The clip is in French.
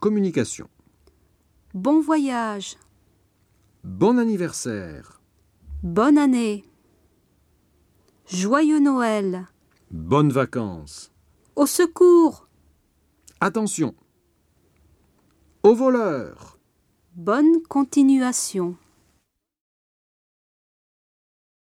Communication. Bon voyage. Bon anniversaire. Bonne année. Joyeux Noël. Bonnes vacances. Au secours. Attention. Au voleur. Bonne continuation.